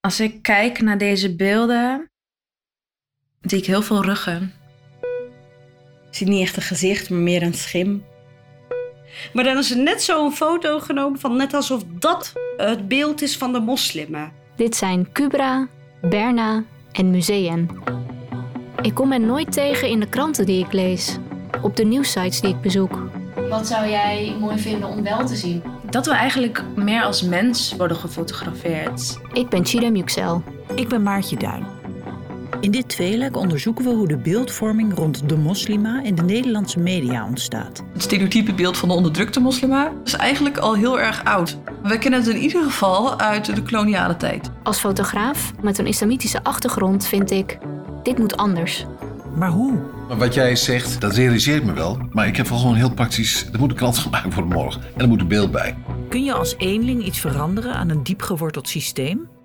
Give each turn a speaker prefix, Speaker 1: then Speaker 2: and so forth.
Speaker 1: Als ik kijk naar deze beelden, zie ik heel veel ruggen.
Speaker 2: Ik zie niet echt een gezicht, maar meer een schim.
Speaker 3: Maar dan is er net zo'n foto genomen van net alsof dat het beeld is van de moslimmen.
Speaker 4: Dit zijn Cubra, Berna en museum. Ik kom hen nooit tegen in de kranten die ik lees, op de nieuwsites die ik bezoek.
Speaker 5: Wat zou jij mooi vinden om wel te zien?
Speaker 1: Dat we eigenlijk meer als mens worden gefotografeerd.
Speaker 4: Ik ben Chidem Yüksel.
Speaker 6: Ik ben Maartje Duin.
Speaker 7: In dit tweeluik onderzoeken we hoe de beeldvorming rond de moslima in de Nederlandse media ontstaat.
Speaker 8: Het stereotype beeld van de onderdrukte moslima is eigenlijk al heel erg oud. We kennen het in ieder geval uit de koloniale tijd.
Speaker 4: Als fotograaf met een islamitische achtergrond vind ik, dit moet anders.
Speaker 7: Maar hoe?
Speaker 9: Maar wat jij zegt, dat realiseert me wel. Maar ik heb wel gewoon heel praktisch. Er moet een krant gemaakt worden morgen. En er moet een beeld bij.
Speaker 7: Kun je als eenling iets veranderen aan een diepgeworteld systeem?